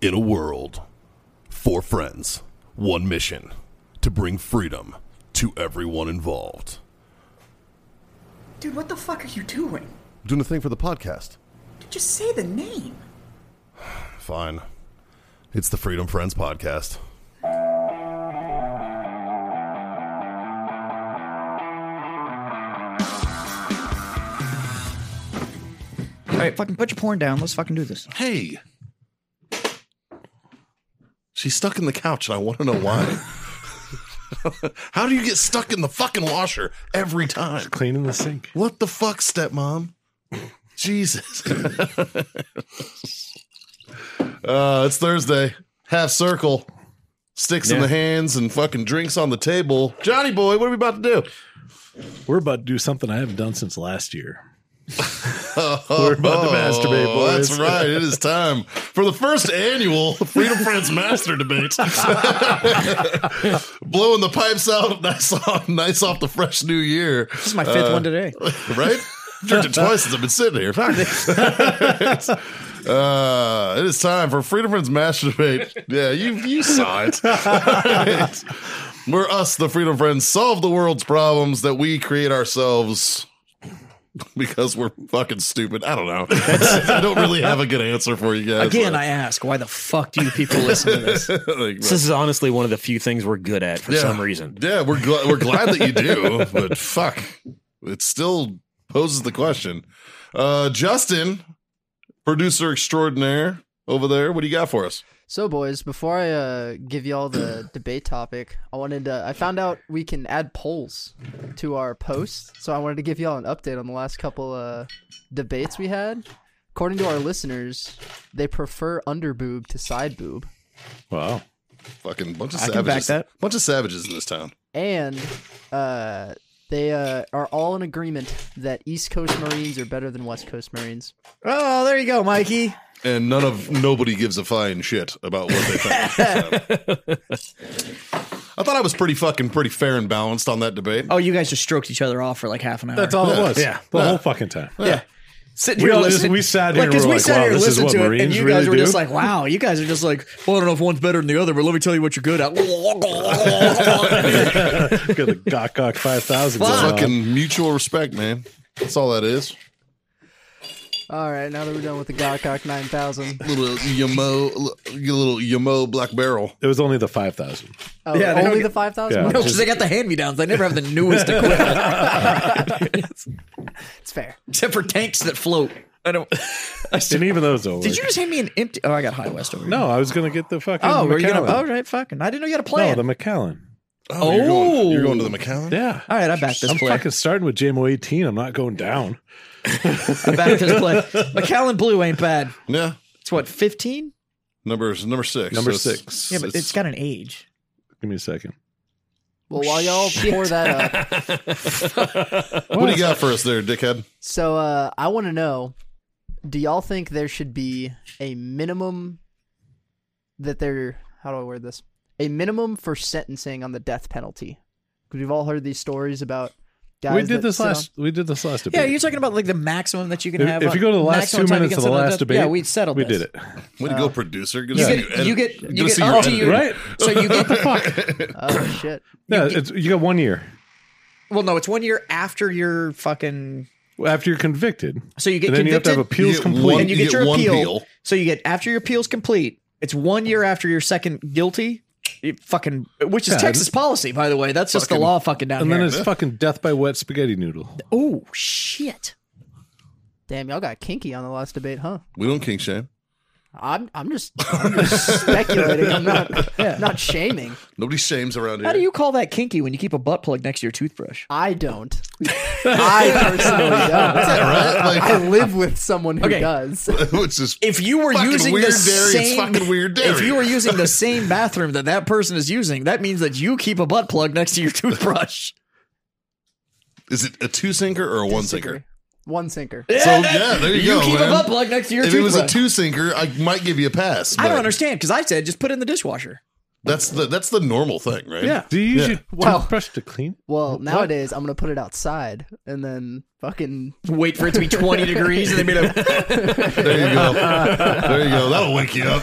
In a world, four friends, one mission to bring freedom to everyone involved. Dude, what the fuck are you doing? Doing a thing for the podcast. Just say the name. Fine. It's the Freedom Friends Podcast. All right, fucking put your porn down. Let's fucking do this. Hey! She's stuck in the couch and I want to know why. How do you get stuck in the fucking washer every time? cleaning the sink. What the fuck, stepmom? Jesus. uh, it's Thursday. Half circle. Sticks in Yeah. the hands and fucking drinks on the table. Johnny boy, what are we about to do? We're about to do something I haven't done since last year. We're about to masturbate, Oh, boys. Oh, That's right. It is time for the first annual Freedom Friends Master Debate. Blowing the pipes out nice off, nice off the fresh new year. Uh, This is my fifth one today. right? Drank it twice since I've been sitting here. uh, it is time for Freedom Friends Master Debate. Yeah, you you saw it. We're us, the Freedom Friends, solve the world's problems that we create ourselves because we're fucking stupid. I don't know. I don't really have a good answer for you guys. Again, I ask, why the fuck do you people listen to this? Like, This is honestly one of the few things we're good at for some reason. Yeah, we're gl- we're glad that you do, but fuck, it still poses the question. Uh, Justin, producer extraordinaire over there, what do you got for us? So, boys, before I uh, give y'all the debate topic, I wanted to. I found out we can add polls to our posts, so I wanted to give y'all an update on the last couple uh, debates we had. According to our listeners, they prefer under boob to side boob, Wow. Fucking bunch of I can back savages, that. bunch of savages in this town. and uh, they uh, are all in agreement that East Coast Marines are better than West Coast Marines. Oh, there you go, Mikey. And none of nobody gives a fine shit about what they think. So. I thought I was pretty fucking pretty fair and balanced on that debate. Oh, you guys just stroked each other off for like half an hour. That's all it was. Yeah. The whole fucking time. Yeah. Sitting We here all just- listening. we sat here and because we're we like, sat wow, here and this is listened what to it, and Marines you guys really were just do? like, "Wow, you guys are just like, well, I don't know if one's better than the other, but let me tell you what you're good at." Look at the Gok Gok 5000. going on. Fucking mutual respect, man. That's all that is. All right, now that we're done with the Gawcock 9000, Little Yamo, little Yamo Black Barrel. It was only the 5000. oh, Yeah, they don't only get- the 5000? Yeah. no, because they got the hand me downs. They never have the newest equipment, It's fair. except for tanks that float. I don't. I still, And even those don't did work. you just hand me an empty? Oh, I got High West over here. No, I was going to get the fucking. Oh, McAllen. were you gonna? All right, fucking. I didn't know you had a plan. No, the McAllen. Oh, you're going, you're Oh. going to the McAllen? Yeah. all right, I back this I'm play. fucking starting with JMO 18. I'm not going down. I back this play. McAllen Blue ain't bad. Yeah. It's what fifteen? Number number six. Number it's- six. Yeah, but it's got an age. Give me a second. Well, while y'all pour that up, What do you got for us there, dickhead? so uh, I want to know: Do y'all think there should be a minimum that there? How do I word this? A minimum for sentencing on the death penalty? Because we've all heard these stories about guys. We did that this sit on- last. We did this last debate. Yeah, you're talking about like the maximum that you can If- have. if on- you go to the last maximum two time you minutes can of the sit on last death- debate, Yeah, we settled. we this. did it. Way to go, producer. Good Uh, to You see get, edit- you get, good you to get see you up to edit. you. Right? So you get the fuck. Oh shit! Yeah, it's, you got one year Well, no, it's one year after your fucking. after you're convicted. So you get and then you have to have convicted, You appeals get complete. one- And you, get, You get your one appeal. appeal. So you get after your appeal's complete. It's one year after your second guilty. It fucking, which is Yeah, Texas policy, by the way. That's just the law fucking down and here. then it's fucking death by wet spaghetti noodle. oh shit! Damn, y'all got kinky on the last debate, huh? We don't king shame. I'm I'm just, I'm just speculating. I'm not Yeah. not shaming. Nobody shames around here. How do you call that kinky when you keep a butt plug next to your toothbrush? I don't. I personally don't. I right? live with someone who Okay. does. Like, which is If you were fucking using weird the dairy. It's same, fucking weird dairy. if you were using the same bathroom that that person is using, that means that you keep a butt plug next to your toothbrush. is it a two sinker or a one sinker? One sinker. So yeah, there you, You go. keep man. a butt plug next to your if it was toothbrush. a two sinker, I might give you a pass. I but don't understand because I said just put it in the dishwasher. That's the that's the normal thing, right? Do you use Yeah. your Well- toothbrush to clean? Well, nowadays I'm gonna put it outside and then fucking Wait for it to be 20 degrees and then be like, There you go. There you go. That'll wake you up.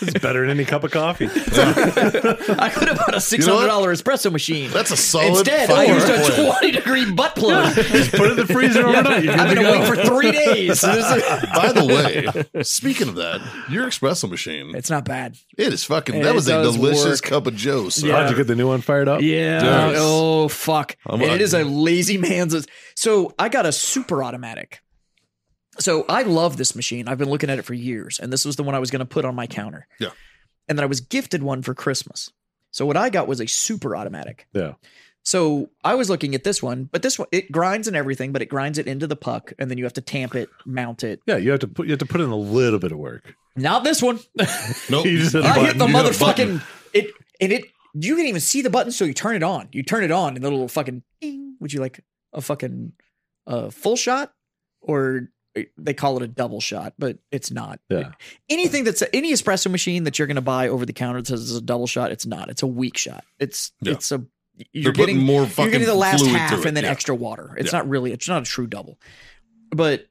It's better than any cup of coffee. I could have bought a $600 espresso machine. That's a solid. Instead, I Oh, fucking used a plan. 20 degree butt plug. Just put it in the freezer overnight. You're good I've to been go. awake for three days. By the way, speaking of that, your espresso machine, It's not bad. it is fucking. It that was a does delicious work. cup of Joe. Sir. Oh, did you get the new one fired up? Yeah. Yes. Oh fuck. I'm and on- it is a lazy man's. So I got a super automatic. So I love this machine. I've been looking at it for years, and this was the one I was going to put on my counter. Yeah. And then I was gifted one for Christmas. So what I got was a super automatic. Yeah. So I was looking at this one, but this one it grinds and everything, but it grinds it into the puck, and then you have to tamp it, mount it. Yeah, you have to put you have to put in a little bit of work. Not this one. Nope. You just hit a I hit button. the You hit a button. motherfucking it, and it. You can even see the button, so you turn it on. You turn it on, and the little fucking ding. Would you like a fucking uh, full shot, or uh, they call it a double shot, but it's not. Yeah. Anything that's any espresso machine that you're gonna buy over the counter that says it's a double shot, it's not. It's a weak shot. It's Yeah. it's a They're you're putting getting more you're fucking getting the last fluid through half it, and then yeah. extra water. It's Yeah. not really. It's not a true double, but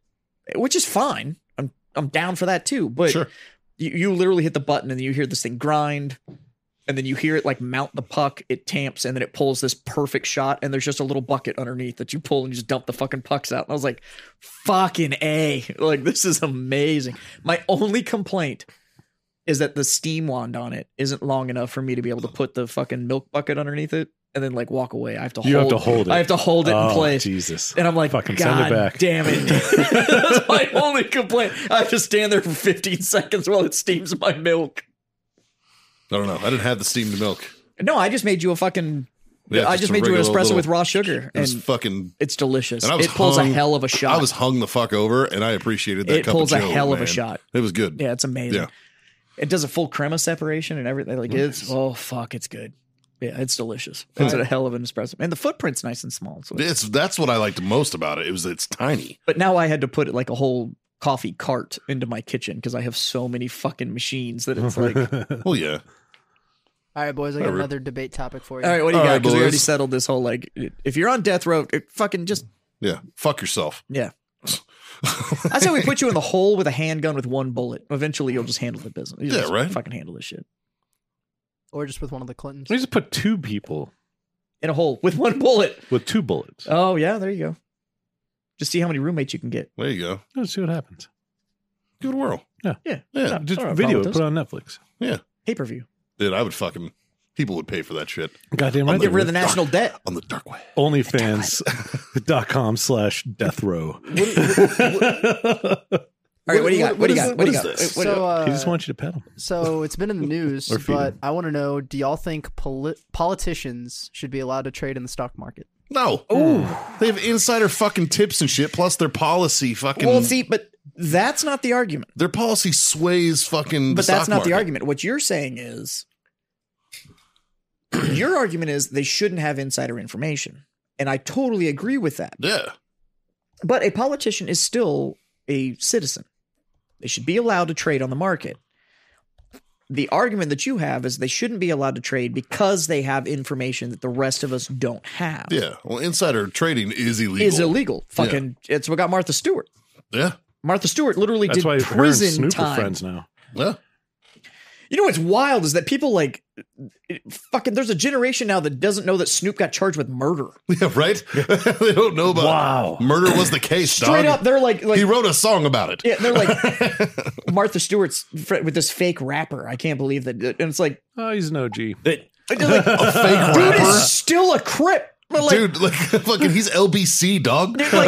which is fine. I'm I'm down for that too. But Sure. you, you literally hit the button and you hear this thing grind, and then you hear it like mount the puck. It tamps and then it pulls this perfect shot. And there's just a little bucket underneath that you pull and you just dump the fucking pucks out. And I was like, fucking a, like this is amazing. My only complaint is that the steam wand on it isn't long enough for me to be able to put the fucking milk bucket underneath it and then like walk away. I have to You have hold, to hold it. I have to hold it in Oh, place. Jesus. And I'm like, Fucking God send it back." damn it. That's my only complaint. I have to stand there for 15 seconds while it steams my milk. I don't know. I didn't have the steamed milk. No, I just made you a fucking. Yeah, I just just a made you an regular espresso little- with raw sugar, It was and fucking. it's delicious. And I was It pulls hung- a hell of a shot. I was hung the fuck over, and I appreciated that. It cup pulls a of Joe, hell of a man. shot. It was good. yeah, it's amazing. Yeah. It does a full crema separation and everything. Like it's oh fuck, it's good. Yeah, it's delicious. It's a hell of an espresso, and the footprint's nice and small. So It's that's what I liked most about it. It was it's tiny. But now I had to put like a whole coffee cart into my kitchen because I have so many fucking machines that it's like, all Well, yeah. All right, boys, I got Whatever. another debate topic for you. right, what do you All got? right, Because we already boys. settled this whole like, if you're on death row, it fucking just Yeah. Fuck yourself. yeah. I say we put you in the hole with a handgun with one bullet. Eventually, you'll just handle the business. You'll Yeah, just right. Fucking handle this shit Or just with one of the Clintons. We just put two people in a hole with one bullet. with two bullets. Oh yeah, there you go. Just see how many roommates you can get. There you go. Let's see what happens. Give it a whirl. Yeah, Yeah. No, Just I don't have a problem video with it, put this. it on Netflix. pay per view. Dude, I would fucking. People would pay for that shit Goddamn right. Get rid of the national debt. on the dark web. Onlyfans.com slash death row. All right, what do you got? What do you is got? it- What do you what got? is this? What do you so, got? uh, he just wants you to pet him. so it's been in the news, Or feed but him. I want to know: Do y'all think poli- politicians should be allowed to trade in the stock market? No. Oh. They have insider fucking tips and shit, plus their policy fucking. Well, see, but that's not the argument. their policy sways fucking. But the that's stock not the market. argument. What you're saying is your argument is they shouldn't have insider information. And I totally agree with that. Yeah. But a politician is still a citizen. They should be allowed to trade on the market. The argument that you have is they shouldn't be allowed to trade because they have information that the rest of us don't have. Yeah. Well, insider trading is illegal. Is illegal. Fucking it's what got Martha Stewart. yeah. Martha Stewart literally That's did why her and prison Snoop are time. friends now. Yeah. You know what's wild is that people like it- fucking. There's a generation now that doesn't know that Snoop got charged with murder. Yeah, right? they don't know about Wow. Murder was the case, Straight dog. up, they're like, like he wrote a song about it. yeah, they're like Martha Stewart's fr- with this fake rapper. I can't believe that. And it's like, Oh, he's an OG. they're like, A fake dude rapper. is still a crip. But like, Dude, like fucking he's LBC, dog. dude, like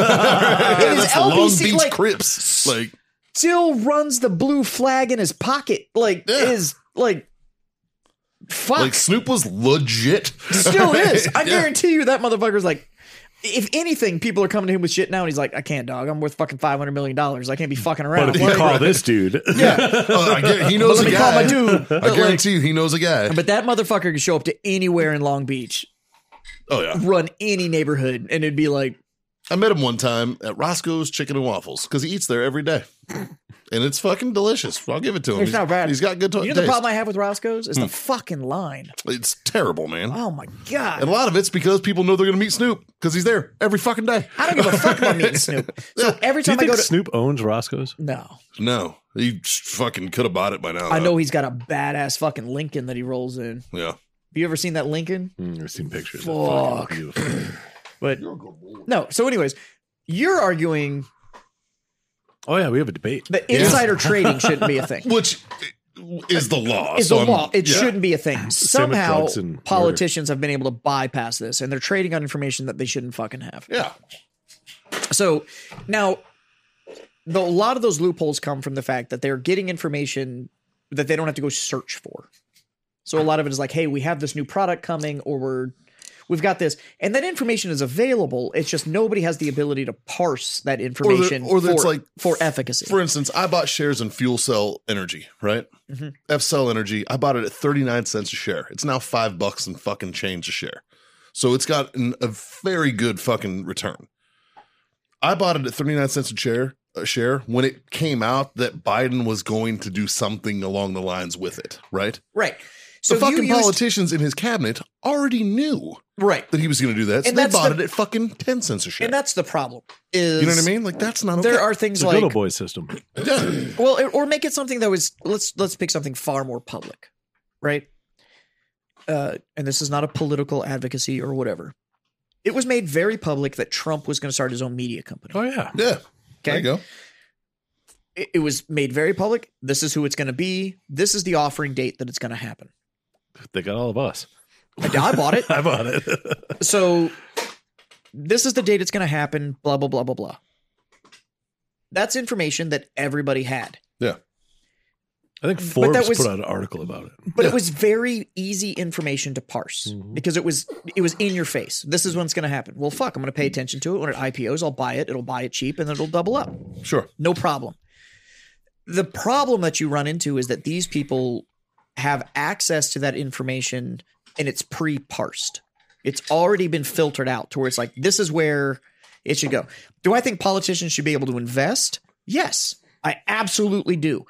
it is That's Long Beach LBC like Crips. Like still runs the blue flag in his pocket. Like Yeah. is like fuck. like Snoop was legit. Still is. I Yeah. guarantee you that motherfucker's like, if anything, people are coming to him with shit now, and he's like, I can't, dog. I'm worth fucking five hundred million dollars. I can't be fucking around. But if you Like, call this dude, Yeah. Uh, I guar- he knows let a me call guy. my dude. I But, like, guarantee you he knows a guy. but that motherfucker could show up to anywhere in Long Beach, Oh yeah. run any neighborhood, and it'd be like, I met him one time at Roscoe's Chicken and Waffles because he eats there every day. and it's fucking delicious. I'll give it to him. It's He's- not bad. He's got good to- You know the taste. Hmm. problem I have with Roscoe's is the fucking line. It's terrible, man. Oh my god! And a lot of it's because people know they're going to meet Snoop because he's there every fucking day. I don't give a fuck about meeting Snoop. So every Do you time I think go to Snoop owns Roscoe's? no, No, he fucking could have bought it by now. I though. know he's got a badass fucking Lincoln that he rolls in. Have Yeah. you ever seen that Lincoln? Mm, I've seen pictures. They're Fuck. fucking beautiful. But no. So, anyways, you're arguing Oh yeah, we have a debate. that Yeah. insider trading shouldn't be a thing. Which eh, is the law. Is so the I'm- law? It yeah. shouldn't be a thing. Somehow, drugs and politicians have been able to bypass this, and they're trading on information that they shouldn't fucking have. Yeah. So now, though a lot of those loopholes come from the fact that they're getting information that they don't have to go search for. So a lot of it is like, hey, we have this new product coming, or we're we've got this, and that information is available. It's just nobody has the ability to parse that information or that for, it's like- for efficacy. For instance, I bought shares in Fuel Cell Energy, right? Mm-hmm. F Cell Energy. I bought it at 39 cents a share. It's now five bucks and fucking change a share. So it's got an, a very good fucking return. I bought it at 39 cents a share, a share when it came out that Biden was going to do something along the lines with it, right? right. So So the you fucking used- politicians in his cabinet already knew right, that he was going to do that. So And they that's bought the- it at fucking 10 cents a share. and that's the problem. Is you know what I mean? Like, that's not okay. There are things It's a like good old boy system. Well, it- or make it something that was let's let's pick something far more public, right? Uh, and this is not a political advocacy or whatever. It was made very public that Trump was going to start his own media company. Oh yeah. Yeah. There you Okay, go. it, it was made very public. This is who it's going to be. This is the offering date that it's going to happen. They got all of us. I, I bought it. I bought it. So this is the date it's going to happen. Blah blah blah blah blah. That's information that everybody had. Yeah. I think Forbes was- put out an article about it. but it was very easy information to parse because it was it was in your face. This is when it's going to happen. Well, fuck, I'm going to pay attention to it when it IPOs. I'll buy it. It'll buy it cheap and then it'll double up. Sure. No problem. The problem that you run into is that these people have access to that information and it's pre-parsed. It's already been filtered out to where it's like this is where it should go. Do I think politicians should be able to invest? Yes, I absolutely do.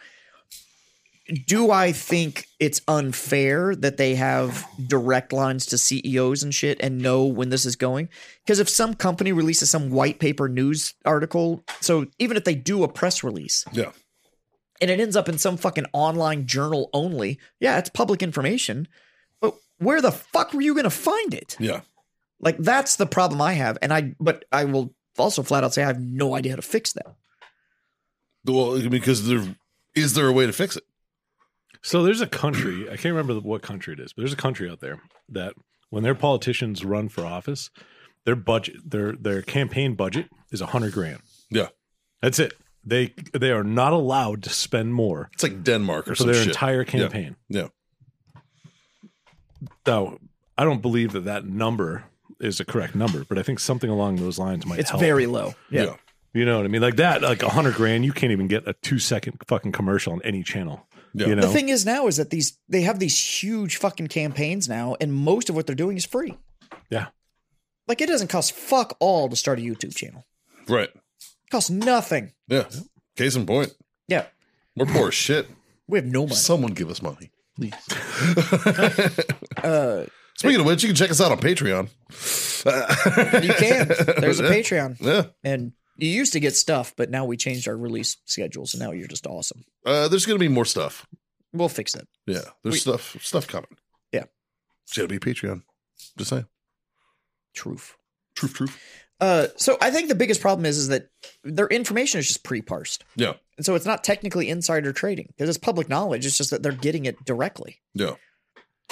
Do I think it's unfair that they have direct lines to CEOs and shit and know when this is going? Because if some company releases some white paper news article, so even if they do a press release Yeah. and it ends up in some fucking online journal only, yeah, it's public information, but where the fuck were you going to find it? Yeah. Like that's the problem I have, and I but I will also flat out say I have no idea how to fix that. Well, because there is there a way to fix it? So there's a country, I can't remember what country it is, but there's a country out there that when their politicians run for office, their budget, their their campaign budget is a hundred grand. Yeah, That's it. They they are not allowed to spend more it's like Denmark or for some their shit. entire Yeah. campaign. Yeah. Now, I don't believe that that number is a correct number, but I think something along those lines might It's help. very low. yeah, You know what I mean? Like that, like a hundred grand, you can't even get a two second fucking commercial on any channel. Yeah. You know, The thing is now is that these they have these huge fucking campaigns now, and most of what they're doing is free. yeah, Like it doesn't cost fuck all to start a YouTube channel. right. It costs nothing. Yeah, case in point, Yeah. we're poor as shit. We have no money. Someone give us money, Uh, please. Speaking of which, you can check us out on Patreon. you can. There's a Patreon. Yeah, And you used to get stuff, but now we changed our release schedule, so now you're just awesome. uh, there's gonna be more stuff. We'll fix it. Yeah, there's stuff stuff coming. Yeah. it's gotta be Patreon. Just saying. Truth. Truth, truth. Uh, so I think the biggest problem is is that their information is just pre-parsed. Yeah, And so it's not technically insider trading because it's public knowledge. It's just that they're getting it directly. yeah,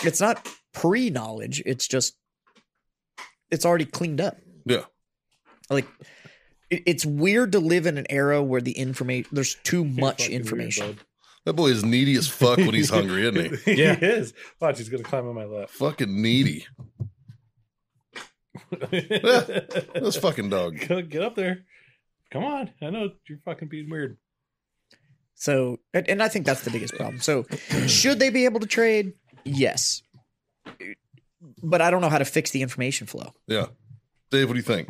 It's not pre knowledge. It's just, it's already cleaned up. yeah. Like, it, it's weird to live in an era where the information, there's too much information. That boy is needy as fuck when he's hungry, isn't he? yeah, he is. Watch, he's gonna climb on my lap. fucking needy. This fucking dog. Get up there. Come on. I know you're fucking being weird. so, and, and I think that's the biggest problem. So, should they be able to trade? Yes. But I don't know how to fix the information flow. Yeah, Dave, what do you think?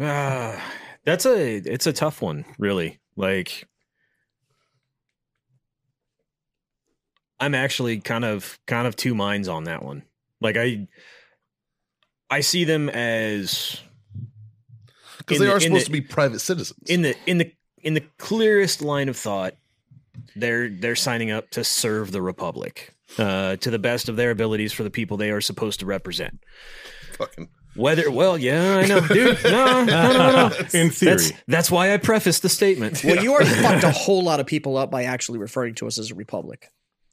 Ah, that's a it's a tough one, really. Like, I'm actually kind of kind of two minds on that one. Like, I I see them as because in they the- are in supposed the- to be private citizens. in the in the in the clearest line of thought they're they're signing up to serve the republic uh, to the best of their abilities for the people they are supposed to represent fucking whether well yeah i know dude no no no no In theory, that's, that's why i prefaced the statement Well, you already fucked a whole lot of people up by actually referring to us as a republic.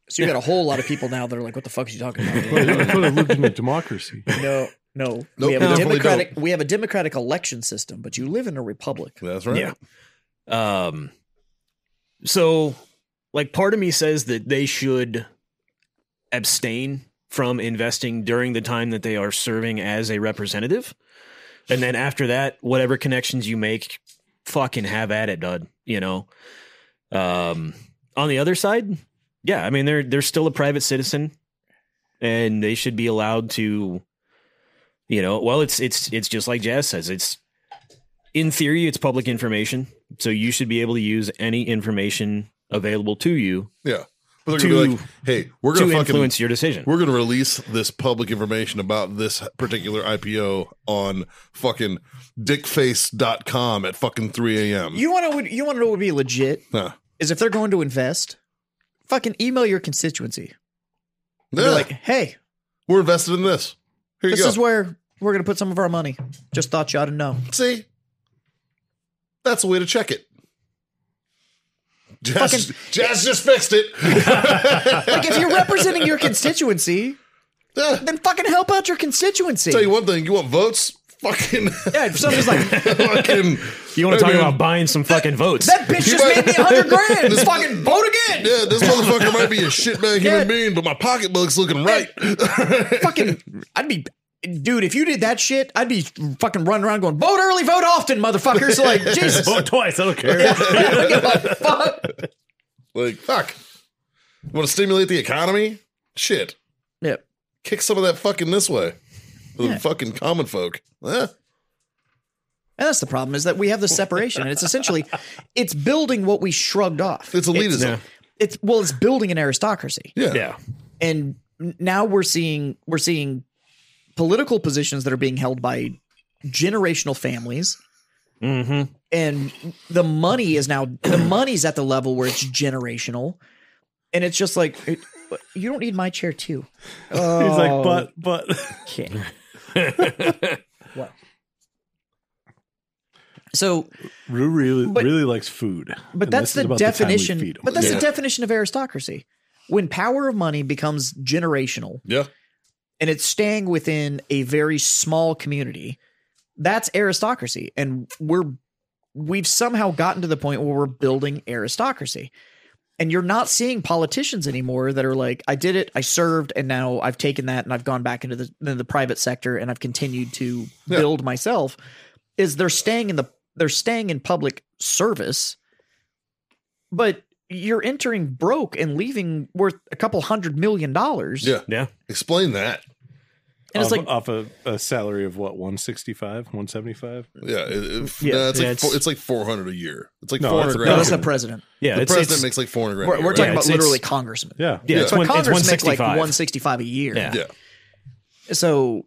So you got a whole lot of people now that are like, "What the fuck is you talking Well, about?" you could have lived in a democracy. no, no. Nope, we have a definitely democratic. We have a democratic election system, but you live in a republic. that's right. Yeah. Um so like part of me says that they should abstain from investing during the time that they are serving as a representative. And then after that, whatever connections you make, fucking have at it, dud, you know. Um on the other side, yeah, I mean they're they're still a private citizen and they should be allowed to you know, well it's it's it's just like Jazz says, it's in theory, it's public information, so you should be able to use any information available to you Yeah. But they're gonna be To- like, hey, we're to gonna fucking influence your decision. we're gonna release this public information about this particular IPO on fucking dickface.com at fucking three AM. You want to? You want to know what would be legit Huh. is if they're going to invest. Fucking email your constituency. They're Yeah, like, "Hey, we're invested in this. Here this you go. is where we're gonna put some of our money. Just thought you ought to know." See? That's a way to check it. Jazz, Fucking- Jazz just fixed it. Like, if you're representing your constituency, Yeah. then fucking help out your constituency. Tell you one thing, you want votes? Fucking yeah, if somebody's like, fucking You want Hey, to talk man. about buying some fucking votes? that bitch just made me a hundred grand. Just fucking vote again. Yeah, this motherfucker might be a shitbag human Yeah. being, but my pocketbook's looking right. fucking I'd be dude, if you did that shit, I'd be fucking running around going, vote early, vote often, motherfuckers. Like, Jesus, Vote twice. I don't care. fuck. Like, fuck. Want to stimulate the economy? Shit. Yep. Kick some of that fucking this way. For the fucking common folk. Eh. And that's the problem, is that we have this separation. And it's essentially it's building what we shrugged off. It's elitism. yeah. It's well, it's building an aristocracy. yeah. yeah. And n- now we're seeing we're seeing political positions that are being held by generational families. hmm and the money is now the money's at the level where it's generational and it's just like it, you don't need my chair too He's Oh. like, but, but. okay what so Rue really, But- really likes food. but And that's this is the about time we definition feed him. but that's Yeah. the definition of aristocracy when power of money becomes generational Yeah. and it's staying within a very small community that's aristocracy and we're we've somehow gotten to the point where we're building aristocracy and you're not seeing politicians anymore that are like i did it i served and now i've taken that and i've gone back into the, into the private sector and i've continued to Yeah. build myself is they're staying in the they're staying in public service but you're entering broke and leaving worth a couple hundred million dollars Yeah. Uh-huh. Yeah. Explain that. and it's off, like off a, a salary of what 165 175 Yeah. it- it- Yeah. nah, it's, Yeah, like it's- four, it's like 400 a year. It's like No, 400 that's a grand. no that's a the president Yeah. The it's, president it's, makes like 400 grand. a We're, year, we're right? talking Yeah, about it's- literally it's- congressmen. yeah yeah, That's it's, why one, it's congressmen make like 165. 165 a year. Yeah. Yeah. So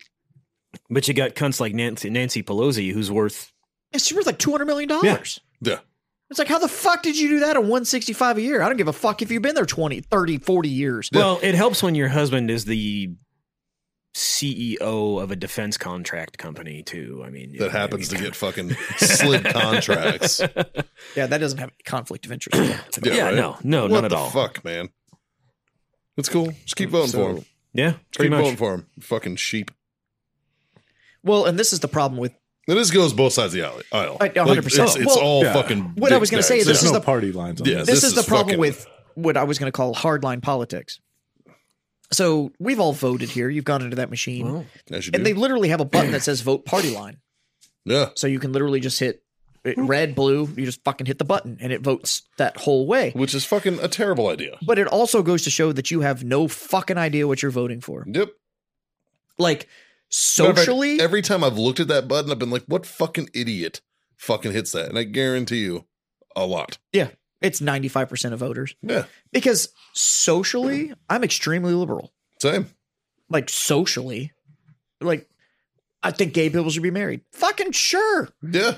But you got cunts like Nancy, Nancy Pelosi, who's worth. it's worth like $200 million. Yeah. Yeah. It's like, how the fuck did you do that at 165 a year? I don't give a fuck if you've been there 20, 30, 40 years. Well, it helps when your husband is the CEO of a defense contract company, too. I mean, you know That what I happens to mean? get fucking slid contracts. Yeah. yeah, that doesn't have any conflict of interest. Yeah, right? no, no, What none at the all. Fuck, man. It's cool. Just keep voting for him. Just Yeah, keep pretty much. voting for him. Fucking sheep. well, and this is the problem with And this goes both sides of the alley- aisle. I- 100%. it's, it's Well, all yeah. fucking. What I was gonna dickbags. say is there's this is no the- party lines on Yeah, this this, this is, the is problem fucking- with what I was going to call hardline politics. So we've all voted here. You've gone into that machine, Well, As you and do. they literally have a button that says "Vote Party Line." yeah. So you can literally just hit it- red, blue, you just fucking hit the button and it votes that whole way. Which is fucking a terrible idea. But it also goes to show that you have no fucking idea what you're voting for. Yep. Like Matter of fact, socially, every time I've looked at that button, I've been like, what fucking idiot fucking hits that? And I guarantee you, a lot. Yeah. It's 95% of voters. Yeah. Because socially, I'm extremely liberal. Same. Like socially, like I think gay people should be married. Fucking sure. Yeah.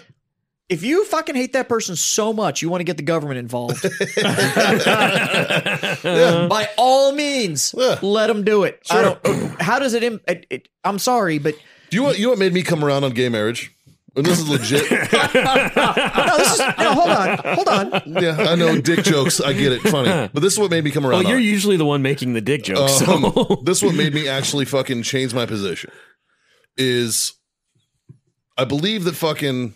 If you fucking hate that person so much, you want to get the government involved. By all means, Yeah. let them do it. I Sure. don't. How does it, im- it, it? I'm sorry, but Do you want you know what made me come around on gay marriage? And this is legit. no, this is, no. Hold on, hold on. yeah, I know dick jokes. I get it. Funny. But this is what made me come around. Well, you're on it. usually the one making the dick joke, Um, so this one made me actually fucking change my position. Is I believe that fucking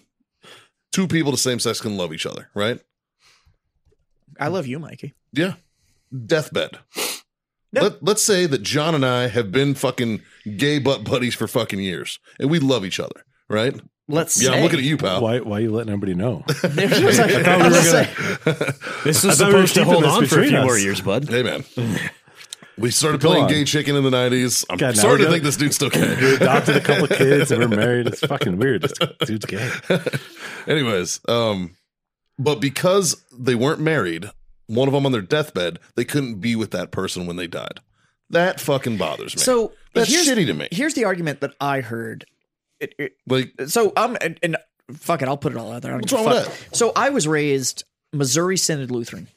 two people the same sex can love each other, right? I love you, Mikey. Yeah. Deathbed. Let, let's say that John and I have been fucking gay butt buddies for fucking years and we love each other, right? Let's Yeah, say. I'm looking at you, pal. Why why you letting everybody know? I thought we were gonna- this is thought we were supposed to keeping hold this on for a between few more us. years, bud. Hey, man. We started Go playing on. gay chicken in the 90s. I'm God, now starting to we're think gonna- this dude's still gay. Adopted a couple of kids and we're married. It's fucking weird. This dude's gay. Anyways, um, but because they weren't married, one of them on their deathbed, they couldn't be with that person when they died. That fucking bothers me. So That's here's- shitty to me. Here's the argument that I heard. It, it, like, so I'm and, and fuck it, I'll put it all out there. I don't What's give a wrong with fuck. So I was raised Missouri Synod Lutheran,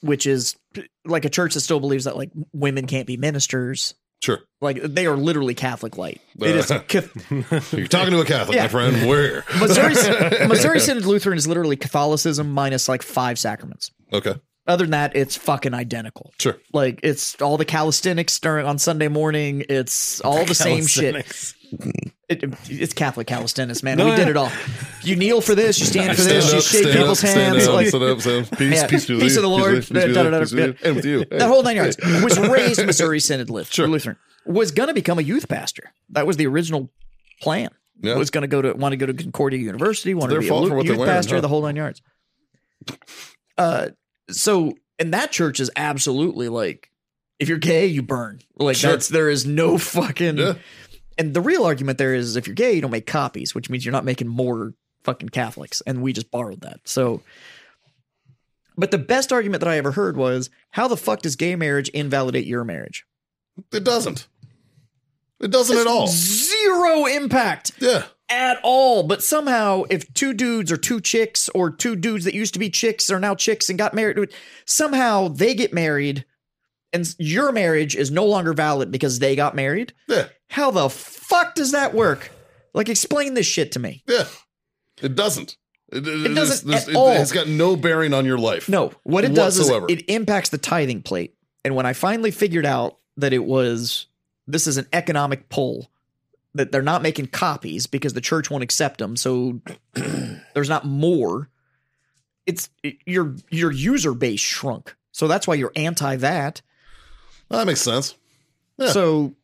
which is like a church that still believes that like women can't be ministers. sure. Like they are literally Catholic light. It Uh. is ca- You're talking to a Catholic, my Yeah. friend. Where? Missouri Missouri Synod Lutheran is literally Catholicism minus like five sacraments. Okay. Other than that, it's fucking identical. Sure. Like it's all the calisthenics during on Sunday morning. It's all the same shit. It, it's Catholic calisthenics, man. we did it all. You kneel for this, you stand for this, you shake stand people's stand hands. Up, like, stand up, stand up. Peace, Yeah. peace, be with Peace you, of the Lord. peace with you, Da, da, da, peace with you, da. And with you. that whole nine yards. Was raised Missouri Synod Luth- Sure. Lutheran. Was going to become a youth pastor. That was the original plan. Yeah. Was going to go to want to go to Concordia University. Wanted their to be a fault Lu- for what youth they're wearing, pastor. huh? The whole nine yards. Uh, so and that church is absolutely like, if you're gay, you burn. Like Sure. that's there is no fucking. Yeah. And the real argument there is, if you're gay, you don't make copies, which means you're not making more fucking Catholics. And we just borrowed that. So. But the best argument that I ever heard was, how the fuck does gay marriage invalidate your marriage? It doesn't. It doesn't at all. Zero impact Yeah. at all. But somehow, if two dudes or two chicks or two dudes that used to be chicks are now chicks and got married, somehow they get married and your marriage is no longer valid because they got married. Yeah. How the fuck does that work? Like, explain this shit to me. Yeah. It doesn't. It, It doesn't it's- at all. It's got no bearing on your life. No, what it does Whatsoever. is it impacts the tithing plate. And when I finally figured out that it was this is an economic pull that they're not making copies because the church won't accept them, so there's not more. It's it- your your user base shrunk, so that's why you're anti that. That makes sense. Yeah. So,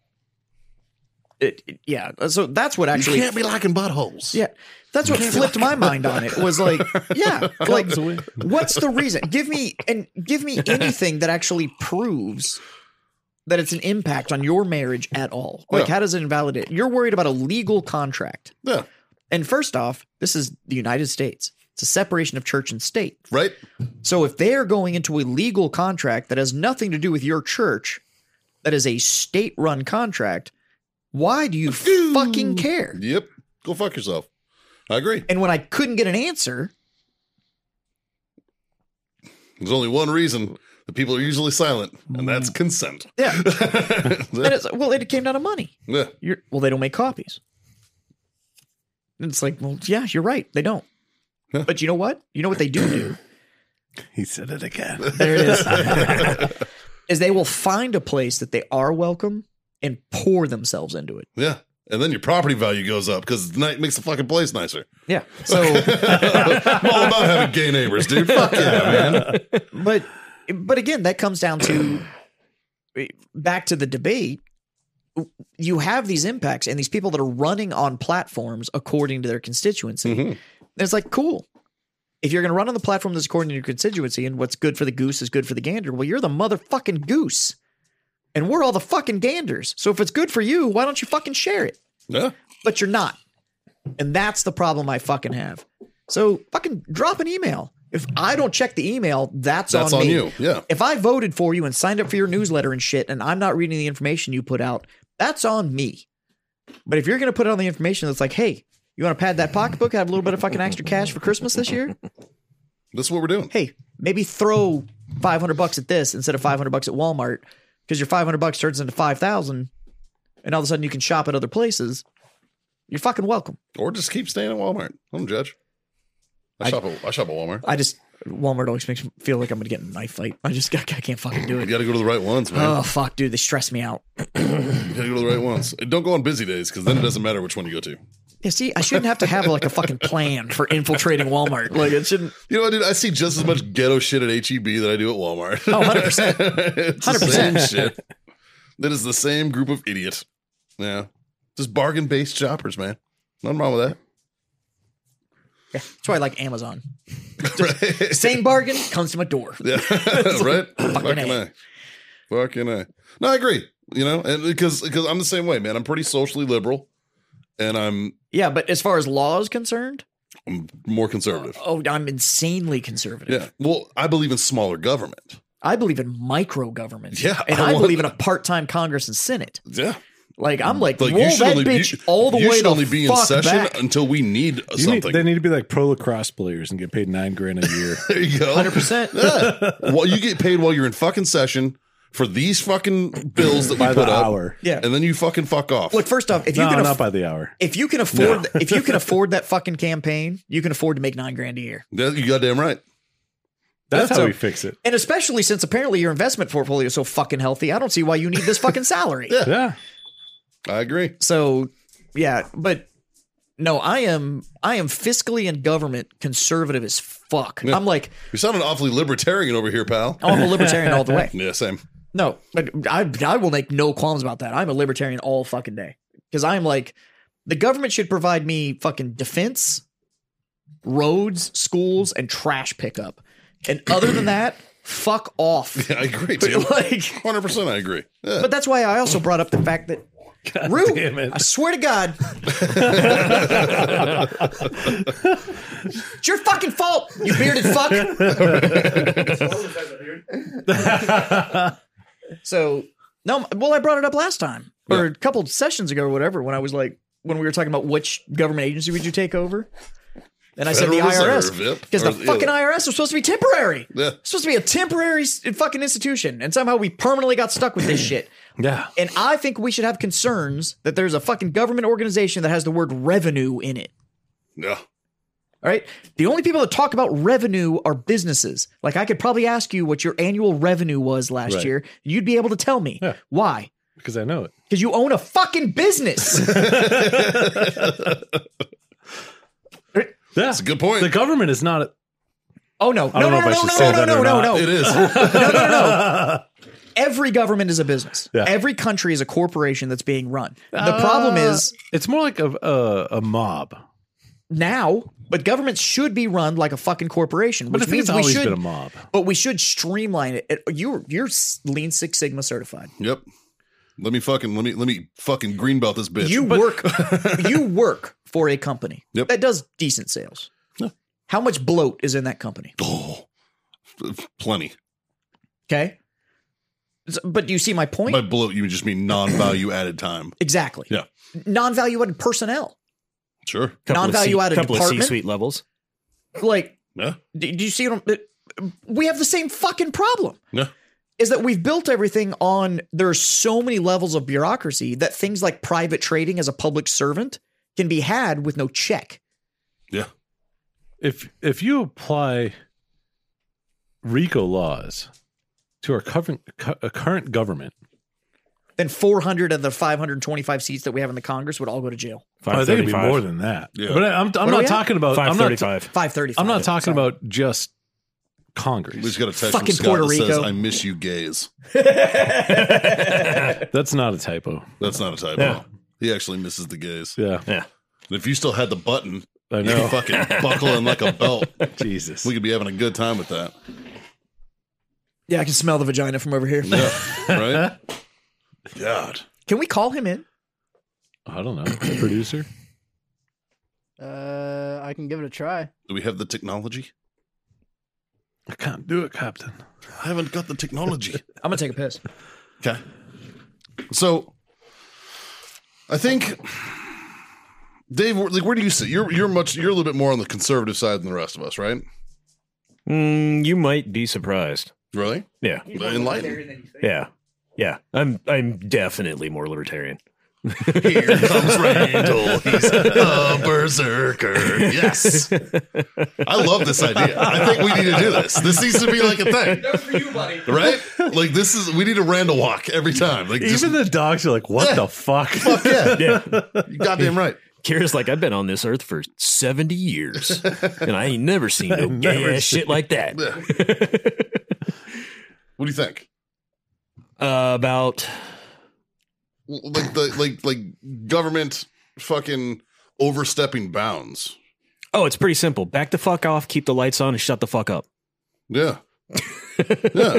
it, it- yeah, so that's what You actually can't be liking buttholes. yeah. That's what flipped my mind on it was like, yeah, like away. what's the reason? Give me and give me anything that actually proves that it's an impact on your marriage at all. Like Yeah. how does it invalidate? You're worried about a legal contract. Yeah. And first off, this is the United States. It's a separation of church and state. Right? So if they are going into a legal contract that has nothing to do with your church, that is a state-run contract, why do you fucking care? Yep. Go fuck yourself. I agree. And when I couldn't get an answer, There's only one reason that people are usually silent, and that's consent. yeah, then yeah. it's well, it came down to money. Yeah. You're well, they don't make copies. And it's like, well, yeah, you're right, they don't. Huh. But you know what? You know what they do do. He said it again. There it is. is they will find a place that they are welcome and pour themselves into it. Yeah. And then your property value goes up because night makes the fucking place nicer. Yeah. So, I'm all about having gay neighbors, dude. Fuck yeah, man. but but again, that comes down to back to the debate. You have these impacts and these people that are running on platforms according to their constituency. And it's like, cool. If you're going to run on the platform that's according to your constituency and what's good for the goose is good for the gander, well, you're the motherfucking goose. And we're all the fucking ganders. So if it's good for you, why don't you fucking share it? Yeah. But you're not. And that's the problem I fucking have. So fucking drop an email. If I don't check the email, that's, That's on, me. you. Yeah. If I voted for you and signed up for your newsletter and shit, and I'm not reading the information you put out, that's on me. But if you're going to put out the information that's like, hey, you want to pad that pocketbook, have a little bit of fucking extra cash for Christmas this year? This is what we're doing. Hey, maybe throw 500 bucks at this instead of 500 bucks at Walmart because your 500 bucks turns into 5,000 and all of a sudden you can shop at other places. You're fucking welcome. Or just keep staying at Walmart. I don't judge. I, shop at I shop at Walmart. I just Walmart always makes me feel like I'm gonna get in a knife fight. I just I, can't fucking do you it. got to go to the right ones, man. Oh fuck, dude, they stress me out. You got to go to the right ones. And Don't go on busy days because then it doesn't matter which one you go to. Yeah, see, I shouldn't have to have like a fucking plan for infiltrating Walmart. Like it shouldn't. You know what, dude? I see just as much ghetto shit at HEB that I do at Walmart. Oh, 100%. it's 100%. the same shit. That is the same group of idiots. Yeah. Just bargain based shoppers, man. Nothing wrong with Yeah, that's why I like Amazon. that. right? Same bargain comes to my door. Yeah. right? A. Fucking I. Fucking I. No, I agree. You know, and because because I'm the same way, man. I'm pretty socially liberal and I'm Yeah, but as far as law is concerned, I'm more conservative. oh, I'm insanely conservative. Yeah. Well, I believe in smaller government. I believe in micro government. Yeah, and I I, want- believe in a part time Congress and Senate. Yeah. Like I'm like, Like roll you should that only bitch you, all the you way should to only be in fuck session back. until we need You need- something. they need to be like pro lacrosse players and get paid nine grand a year. there you go. 100%. Yeah. Well, you get paid while you're in fucking session for these fucking bills that we By the put up, hour. Yeah. and then you fucking fuck off. Look, first off, if you no, can not aff- by the hour. if you can afford if you can afford that fucking campaign, you can afford to make nine grand a year. Yeah, you goddamn right. That's, that's how a- we fix it. And especially since apparently your investment portfolio is so fucking healthy, I don't see why you need this fucking salary. Yeah. I agree. So yeah, but no, I am I am fiscally and government conservative as fuck. I'm like You're sounding awfully libertarian over here, pal. oh, I'm a libertarian all the way. Yeah, same. No, but I I will make no qualms about that. I'm a libertarian all fucking day because I'm like the government should provide me fucking defense, roads, schools, and trash pickup. And other than that, fuck off. Yeah, I agree too. like. Hundred percent, I agree. Yeah. But that's why I also brought up the fact that Rue, damn it. I swear to God, it's your fucking fault, you bearded fuck. so no, well, I brought it up last time or a couple sessions ago or whatever when I was like when we were talking about which government agency would you take over. And I said the Federal IRS Reserve, yep. because Or- the fucking IRS was supposed to be temporary. Yeah. It's supposed to be a temporary s- fucking institution, and somehow we permanently got stuck with this shit. Yeah. And I think we should have concerns that there's a fucking government organization that has the word revenue in it. yeah. All right. The only people that talk about revenue are businesses. Like I could probably ask you what your annual revenue was last Right. year. You'd be able to tell me. Yeah. Why? Because I know it. Because you own a fucking business. That's a good point. The government is not. oh no. I No, don't no, no, know if I no, should no, say no, that no, or no, not. no. It is. No, no, no. Every government is a business. Yeah. Every country is a corporation that's being run. The problem is It's more like a a, a mob. now, but governments should be run like a fucking corporation, But which I think means it's we always should been a mob. but we should streamline it. it. You're you're s- Lean Six Sigma certified. yep. Let me fucking let me let me fucking greenbelt this bitch. You work you work for a company Yep. that does decent sales. Yeah. How much bloat is in that company? oh, f- plenty. Okay, So- but do you see my point? By bloat, you just mean non-value added time. exactly. Yeah. Non-value added personnel. Sure. Couple of Non-value C- added couple department? of C-suite levels. Like, Yeah. do, do you see? What I'm, uh, we have the same fucking problem. Yeah. Is that we've built everything on there are so many levels of bureaucracy that things like private trading as a public servant can be had with no check. Yeah. If if you apply RICO laws to our current cu- uh, current government, then 400 of the 525 seats that we have in the Congress would all go to jail. I think it'd Oh, be more than that. Yeah. But I, I'm I'm are we not at? talking about. I'm not. 535. 535. I'm not talking about just Congress. We just got a text Fucking from Scott Puerto that says, Rico. "I miss you, gays." That's not a typo. That's not a typo. He actually misses the gays. Yeah, Yeah. If you still had the button, I you could know. fucking buckle in like a belt. Jesus. We could be having a good time with that. Yeah, I can smell the vagina from over here. Yeah. Right? God. Can we call him in? I don't know. Producer. Uh, I can give it a try. Do we have the technology? I can't do it, Captain. I haven't got the technology. I'm gonna take a piss. Okay. So I think Dave, wh- like where do you sit? You're you're much you're a little bit more on the conservative side than the rest of us, right? Mm, you might be surprised. Really? Yeah, Enlightened. yeah, yeah. I'm I'm definitely more libertarian. Here comes Randall. He's a berserker. Yes. I love this idea. I think we need to do this. This needs to be like a thing. That's for you, buddy. Right? Like this is we need a Randall walk every time. Like just Even the dogs are like, what the fuck? fuck yeah. Yeah, You goddamn right. Kira's like I've been on this earth for seventy years, and I ain't never seen no never gay ass shit like that. Yeah. What do you think? Uh, about like the like like government fucking overstepping bounds. oh, it's pretty simple. Back the fuck off. Keep the lights on and shut the fuck up. Yeah. yeah.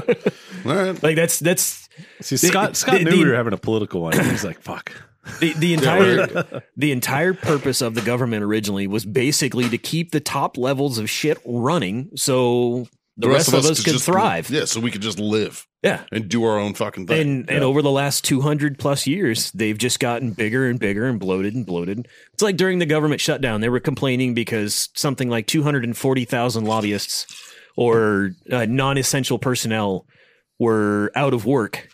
All right. Like that's that's See, The- Scott, Scott the- knew the- we were having a political one. He's like, fuck. The, the entire the entire purpose of the government originally was basically to keep the top levels of shit running, so the, rest, of us, could just- thrive. Yeah, so we could just live Yeah. and do our own fucking thing. And and over the last 200 plus years, they've just gotten bigger and bigger and bloated and bloated. It's like during the government shutdown, they were complaining because something like 240,000 lobbyists or uh, non-essential personnel were out of work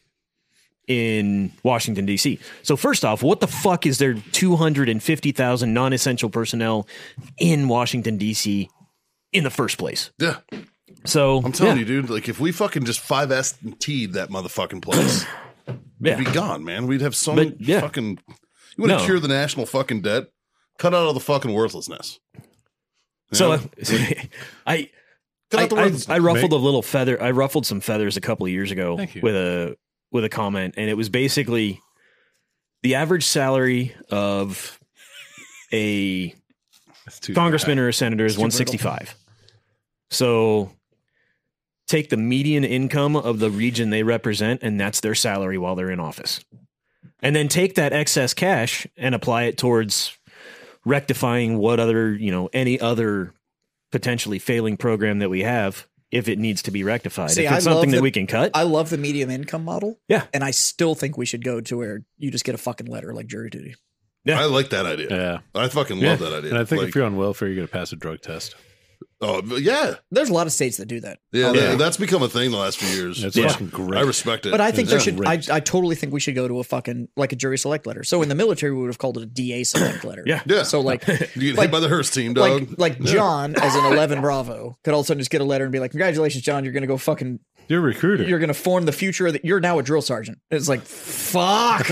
in Washington D.C. So first off, what the fuck is there 250,000 non-essential personnel in Washington D.C. in the first place? yeah. So I'm telling you, dude, like if we fucking just five S and T'd that motherfucking place, yeah. we'd be gone, man. We'd have so many But, yeah. fucking you want to No. cure the national fucking debt? Cut out all the fucking worthlessness. You So know? uh, I cut I, out the I, worthlessness. I ruffled a little feather. I ruffled some feathers a couple of years ago Thank you. with a with a comment, and it was basically the average salary of a That's too congressman or a senator is It's too one sixty five. So take the median income of the region they represent, and that's their salary while they're in office. And then take that excess cash and apply it towards rectifying what other, you know, any other potentially failing program that we have if it needs to be rectified. See, if it's I love something that the- we can cut. I love the medium income model. Yeah. and I still think we should go to where you just get a fucking letter like jury duty. yeah. I like that idea. Yeah. I fucking Yeah. love that idea. And I think Like, if you're on welfare, you're going to pass a drug test. oh but yeah, There's a lot of states that do that. yeah, Although- that- that's become a thing the last few years. Oh, That's Yeah. fucking great. I respect it. But I think there Yeah. should. I, I totally think we should go to a fucking like a jury select letter. So in the military, we would have called it a DA select letter. Yeah. Yeah. So like, You get hit like- by the hearse team, dog. like, like John as an eleven Bravo could all of a sudden just get a letter and be like, "Congratulations, John! You're gonna go fucking. you're a recruiter. You're gonna form the future that you're now a drill sergeant." It's like, fuck.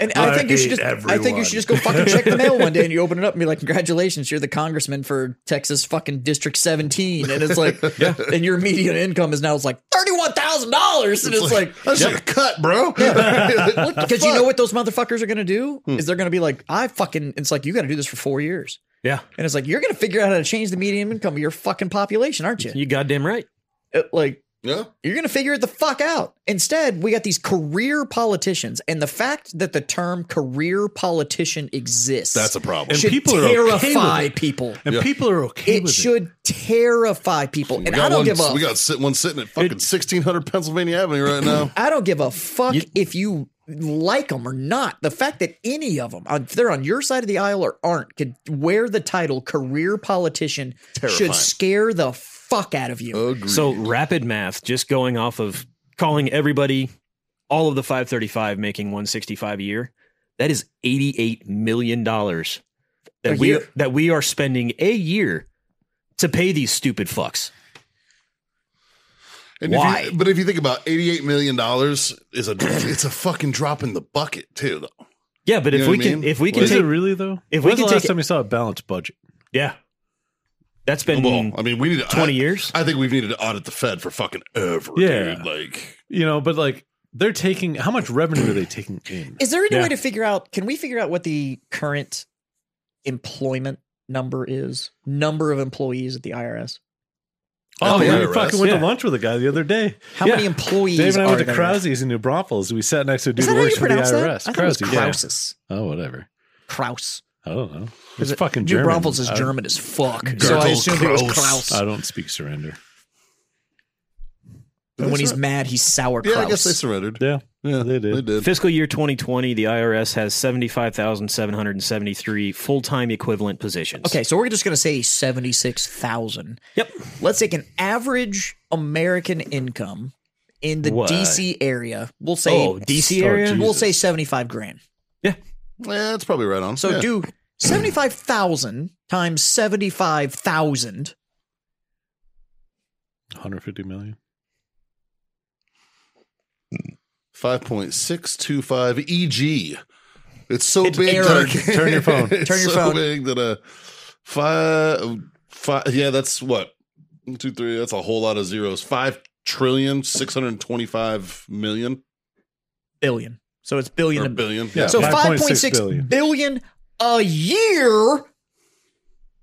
And I, I think you should hate just. I think you should just go fucking check the mail one day and you open it up and be like, "Congratulations, you're the congressman for Texas fucking District 17." And it's like, yeah. And your median income is now it's like thirty-one thousand dollars, and it's, like that's like a cut, bro. Because you know what those motherfuckers are gonna do Hmm. is they're gonna be like, I fucking. It's like you got to do this for four years, yeah. and it's like you're gonna figure out how to change the median income of your fucking population, aren't you? You goddamn right. Uh, like Yeah. you're gonna figure it the fuck out. Instead, we got these career politicians, and the fact that the term career politician exists That's a problem. And should people are okay with terrify it. people. and Yeah. people are okay It with should terrify people, We and got I don't one- give up. We got sit, one sitting at fucking 1600 Pennsylvania Avenue right now. I don't give a fuck if you like them or not. The fact that any of them, if they're on your side of the aisle or aren't, could wear the title career politician Terrifying. Oh, should scare the fuck out of you. Agreed. So rapid math, just going off of calling everybody, all of the 535 making 165 a year, that is 88 million dollars A that we year. that we are spending a year to pay these stupid fucks. And if you- why? but if you think about 88 million dollars is a it's a fucking drop in the bucket too though. Yeah, but You if know we what I can mean? if we it. can Is take it really though? if we When's can the last take- time we saw a balanced budget? yeah. That's been Well, I mean, we need to 20 I- years? I think we've needed to audit the Fed for fucking ever, Yeah. dude. Like, You know, but like they're taking how much revenue are they taking in? Is there any Yeah. way to figure out? Can we figure out what the current employment number is? Number of employees at the IRS? Oh, At the we IRS? fucking went Yeah. to lunch with a guy the other day. How Yeah. many employees Dave and I are went to there? Krause's in New Braunfels. We sat next to a dude Is that who how works you for the pronounce that? IRS. I thought it was Krause, yeah. Krauses. Oh, whatever. Kraus. I don't know. Is It's it- fucking New German. Braunfels is I- German as fuck. So I Gertels assumed it was Kraus. Kraus. I don't speak surrender. Did And they when he's surre- mad, he's sour. yeah, I Kraus. guess they surrendered. Yeah. Yeah, They did. They did. Fiscal year 2020, the IRS has 75,773 full time equivalent positions. Okay, so we're just going to say 76,000. Yep. Let's take an average American income in the What? DC area. We'll say Oh, DC area? geez. we'll Jesus. say 75 grand. Yeah, that's probably right on. So yeah. do 75,000 times 75,000. 150 million. 5.625 EG. E It's so It's big. error. That I can't- Turn your phone. It's Turn your so phone. big that a five, five. Yeah, that's what one, two, three. That's a whole lot of zeros. Five trillion six hundred twenty-five million billion. So it's billion. or to billion. Yeah. So 5.6 5.6 billion. billion. a year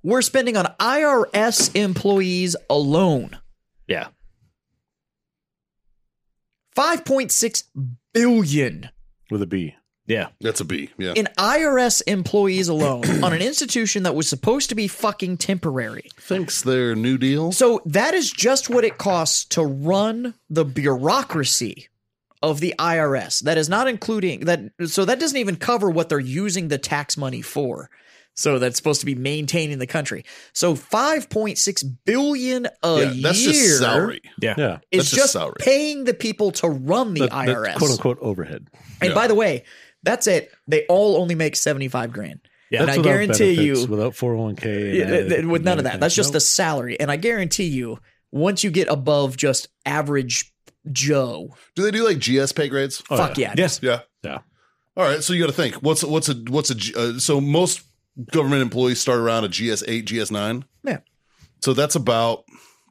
we're spending on IRS employees alone. Yeah. 5.6 billion With a B. Yeah. that's a B. Yeah, in IRS employees alone on an institution that was supposed to be fucking temporary. thanks. Their New Deal. So that is just what it costs to run the bureaucracy of the IRS. That is not including that so that doesn't even cover what they're using the tax money for. So that's supposed to be maintaining the country. So 5.6 billion a yeah, that's year just salary. Yeah. that's is just just salary. paying the people to run the That- that's IRS. quote unquote overhead. and Yeah. by the way, that's it. They all only make 75 grand. and Yeah. I That's without guarantee benefits, you Without 401k. and yeah, th- added th- with and none of everything. that. That's just Nope. the salary. And I guarantee you, once you get above just average Joe, Do they do like GS pay grades? Oh, fuck yeah. Yes. Yeah. Yeah. All right. So you got to think. What's what's a what's a G- uh, so most government employees start around a GS eight, GS nine. Yeah. So that's about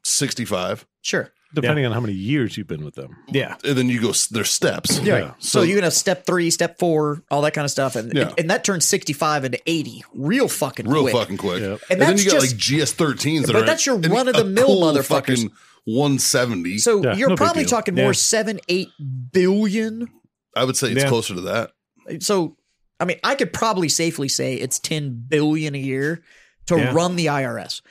sixty five, Sure. Depending on how many years you've been with them. Yeah. and then you go s- there's steps. Yeah. So, you're gonna have step three, step four, all that kind of stuff, and Yeah. and that turns sixty five into eighty, real fucking real quick. fucking quick. Yep. And, And then that's you got just- like GS thirteens. But that's your run-of-the-mill motherfuckers. One seventy. So So Yeah, you're no big probably deal. talking Yeah. more seven, eight billion. I would say it's Yeah. closer to that. So I mean, I could probably safely say it's ten billion a year to Yeah. run the IRS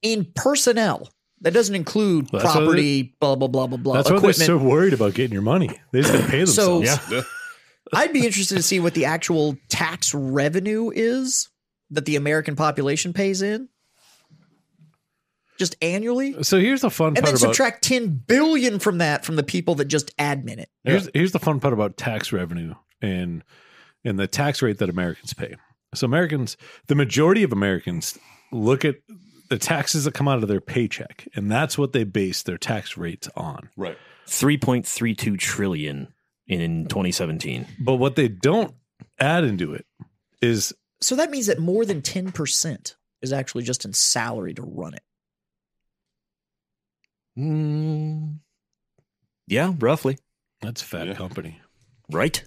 in personnel. That doesn't include That's what property, blah blah blah blah blah. That's why equipment. they're so worried about getting your money. They just gotta pay So- themselves. Yeah. I'd be interested to see what the actual tax revenue is that the American population pays in just annually. So here's the fun And part then about subtract 10 billion from that from the people that just admin it. Here's here's the fun part about tax revenue and and the tax rate that Americans pay. So Americans, the majority of Americans look at the taxes that come out of their paycheck, and that's what they base their tax rates on. Right. 3.32 trillion in 2017. But what they don't add into it is So that means that more than 10% is actually just in salary to run it. Hmm. Mm, yeah, roughly. that's fat company. Right?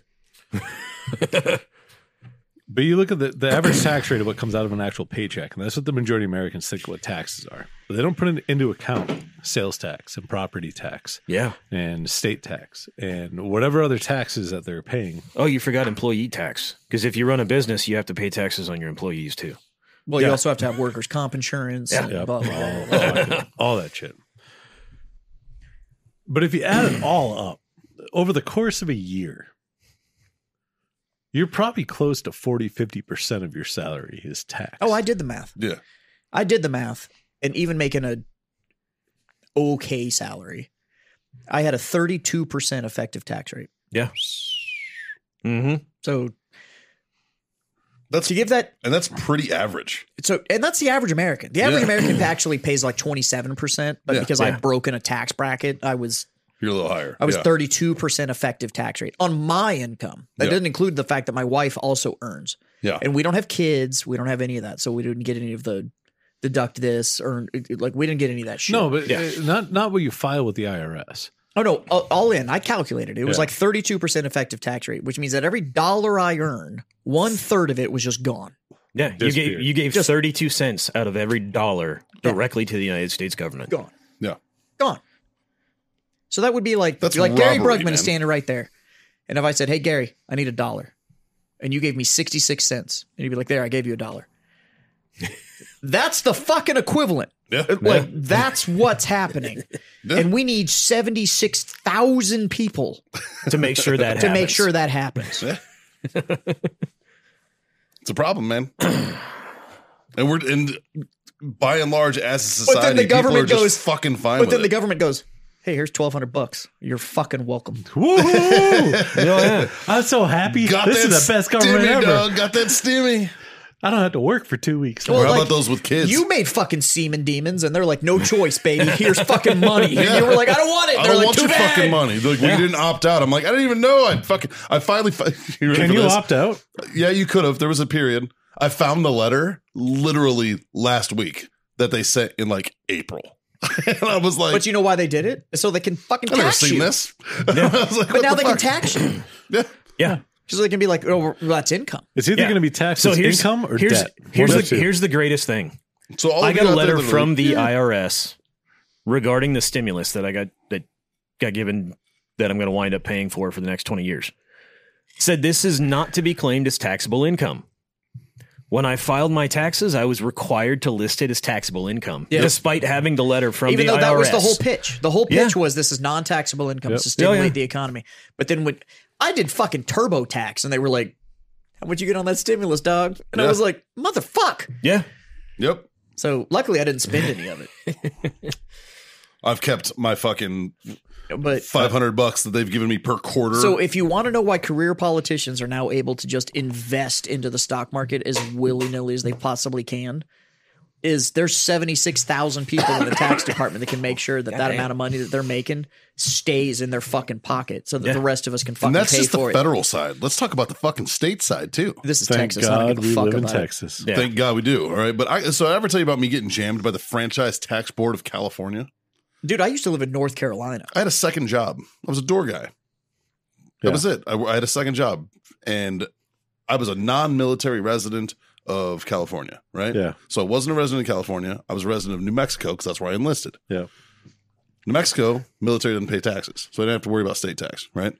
But you look at the, the average tax rate of what comes out of an actual paycheck, and that's what the majority of Americans think what taxes are. But they don't put in, into account sales tax and property tax Yeah. and state tax and whatever other taxes that they're paying Oh, you forgot employee tax. Because if you run a business, you have to pay taxes on your employees too. Well, you Yeah. also have to have workers' comp insurance. and Yep. blah, blah, blah, blah, all, blah. that- all that shit. But if you add it all up over the course of a year, you're probably close to 40, 50% of your salary is tax. Oh, I did the math. Yeah. I did the math, and even making a okay salary, I had a 32% effective tax rate. Yeah. Mm-hmm. So That's to give that and that's pretty average. so and that's the average American. The average Yeah. American actually pays like twenty seven percent, but Yeah. because I broke in a tax bracket, I was You're a little higher. I was Yeah. thirty two percent effective tax rate on my income. That Yeah. doesn't include the fact that my wife also earns. Yeah. and we don't have kids. We don't have any of that, so we didn't get any of the deduct this or like we didn't get any of that shit. No, but uh, not not what you file with the IRS. oh no, all all in. I calculated it was Yeah. like thirty two percent effective tax rate, which means that every dollar I earn, one third of it was just gone. Yeah. You gave, Disappeared. you gave 32 cents out of every dollar directly to the United States government. Gone. Yeah. gone. So that would be like That's like Gary robbery, Brugman man. is standing right there, and if I said, "Hey Gary, I need a dollar," and you gave me sixty six cents, and you'd be like, "There, I gave you a dollar." That's the fucking equivalent. Yeah. Uh, Like that's what's happening. Yeah. And we need 76,000 people to make sure that to make happens. sure that happens. It's a problem, man. and we're and by and large, as a then society, the people government are goes- just fucking fine. But With then the it. government goes, "Hey, here's 1200 bucks. You're fucking welcome." Woohoo! I'm so happy. got this that is the best government stimmy, ever. Dog, got that stimmy. I don't have to work for two weeks. Or Well, how like, about those with kids? You made fucking semen demons and they're like, "No choice, baby. Here's fucking money." And you were like, "I don't want it." I They're don't like, want "Too your bad." fucking money. They're Like, We didn't opt out. I'm like, I didn't even know. I fucking, I finally. Fi- you ready Can for you this? opt out? Yeah, you could have. There was a period. I found the letter literally last week that they sent in like April, and I was like, But you know why they did it? So they can fucking I've never tax seen you. this. I was like, But what now the they fuck? can tax you. Yeah. Yeah. So they can be like, "Oh, well, that's income." It's either Yeah. going to be taxed as income or here's, debt. Here's One of the, two. here's the greatest thing. So Oh, all I of got you a out there letter that are from like, the "Yeah, IRS regarding the stimulus that I got that got given that I'm going to wind up paying for for the next 20 years. Said this is not to be claimed as taxable income. When I filed my taxes, I was required to list it as taxable income, despite having the letter from Even the though IRS. that was the whole pitch. The whole Yeah. pitch was this is non-taxable income Yep. to Yeah, yeah. Oh, stimulate the economy. But then when I did fucking TurboTax, and they were like, "How much you get on that stimulus, dog?" And I Yeah. was like, "Motherfuck!" yeah, Yep. So luckily, I didn't spend any of it. I've kept my fucking But five hundred bucks that they've given me per quarter. so if you want to know why career politicians are now able to just invest into the stock market as willy nilly as they possibly can. Is there's seventy six thousand people in the tax department that can make sure that that amount of money that they're making stays in their fucking pocket, so that the rest of us can fucking and that's pay just the for it. federal side. Let's talk about the fucking state side too. This is Thank Texas. I God don't give we a fuck live in about it. Texas. Yeah. Thank God we do. All right, but I so I ever tell you about me getting jammed by the franchise tax board of California? Dude, I used to live in North Carolina. I had a second job. I was a door guy. That Yeah. was it. I, I had a second job, and I was a non-military resident of California. Right. Yeah. So I wasn't a resident of California. I was a resident of New Mexico because that's where I enlisted. Yeah. New Mexico military doesn't pay taxes, so I didn't have to worry about state tax. Right.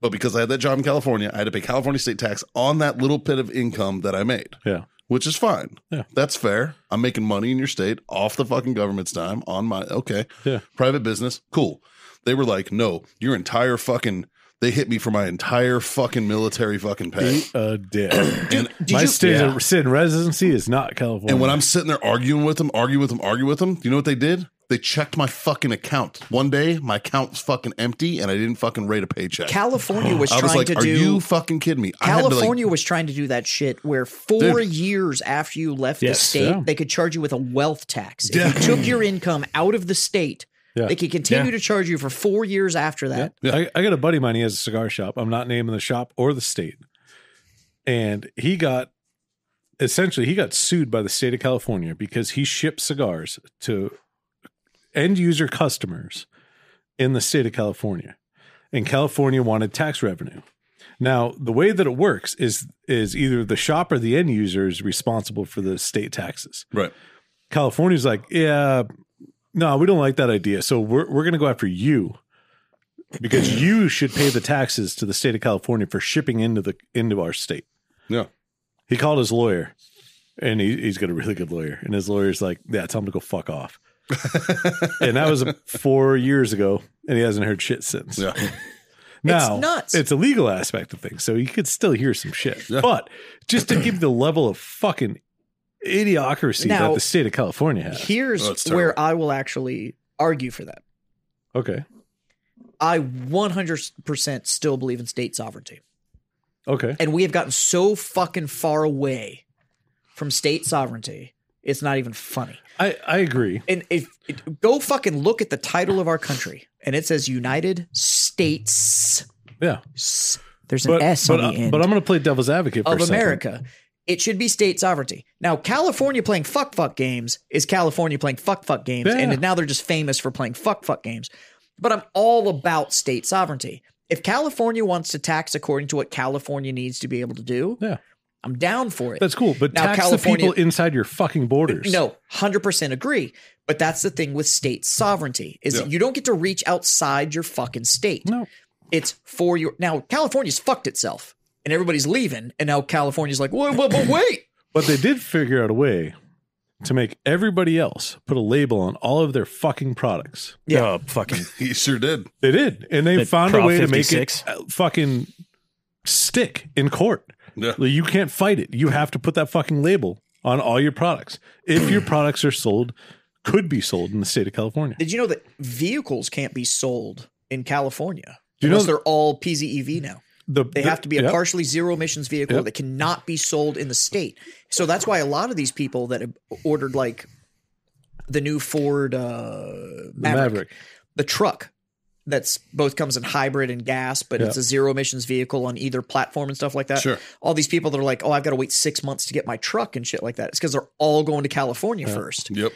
But because I had that job in California, I had to pay California state tax on that little bit of income that I made Yeah. which is fine. Yeah. That's fair. I'm making money in your state off the fucking government's dime on my okay. Yeah. Private business. Cool. They were like, "No, your entire fucking they hit me for my entire fucking military fucking pay." Eat a dick. and, My state Yeah. of state residency is not California. and when I'm sitting there arguing with them, arguing with them, arguing with them, you know what they did? They checked my fucking account. One day, my account was fucking empty and I didn't fucking rate a paycheck. California was I trying was like, to "Are do you fucking kidding me?" I had to, like- California was trying to do that shit where four years after you left Yes. the state, Yeah. they could charge you with a wealth tax. If Yeah. you took your income out of the state, Yeah. they could continue to charge you for four years after that. I, I got a buddy of mine, he has a cigar shop. I'm not naming the shop or the state. And he got essentially he got sued by the state of California because he shipped cigars to end user customers in the state of California. And California wanted tax revenue. Now, the way that it works is is either the shop or the end user is responsible for the state taxes. right. California's like, yeah, no, we don't like that idea. So we're we're gonna go after you because you should pay the taxes to the state of California for shipping into the into our state. Yeah. He called his lawyer, and he, he's got a really good lawyer, and his lawyer's like, yeah, tell him to go fuck off. and that was four years ago, and he hasn't heard shit since. Yeah. Now, It's nuts. a legal aspect of things, so you could still hear some shit. But just to give the level of fucking idiocracy Now- that the state of California has. Here's Oh, it's terrible. where I will actually argue for that. okay. I 100% still believe in state sovereignty. Okay. And we have gotten so fucking far away from state sovereignty. It's not even funny. I, I agree. and if it, go fucking look at the title of our country and it says United States. Yeah. S. There's an But, S but, on the I- end but I'm going to play devil's advocate for of a second. America. It should be state sovereignty. Now, California playing fuck fuck games is California playing fuck fuck games, Yeah. and now they're just famous for playing fuck fuck games. But I'm all about state sovereignty. If California wants to tax according to what California needs to be able to do, Yeah. I'm down for it. That's cool. But Now, tax California- the people inside your fucking borders. No, 100% agree. But that's the thing with state sovereignty is that you don't get to reach outside your fucking state. No. It's for your Now California's fucked itself and everybody's leaving and now California's like, "Whoa, whoa, but wait. But they did figure out a way to make everybody else put a label on all of their fucking products. Yeah, Oh, fucking He sure did. They did, and they The found a Prop way to 56? make it uh, fucking stick in court. Yeah. Like, You can't fight it. You have to put that fucking label on all your products if your products are sold, could be sold in the state of California. Did you know that vehicles can't be sold in California? You know- unless they're all PZEV now. The, They have to be a yeah. partially zero emissions vehicle Yep. that cannot be sold in the state. So that's why a lot of these people that have ordered like the new Ford uh, Maverick, The Maverick. the truck that's both comes in hybrid and gas, but it's Yeah. a zero emissions vehicle on either platform and stuff like that. Sure. All these people that are like, oh, I've got to wait six months to get my truck and shit like that. It's because they're all going to California first. Yep.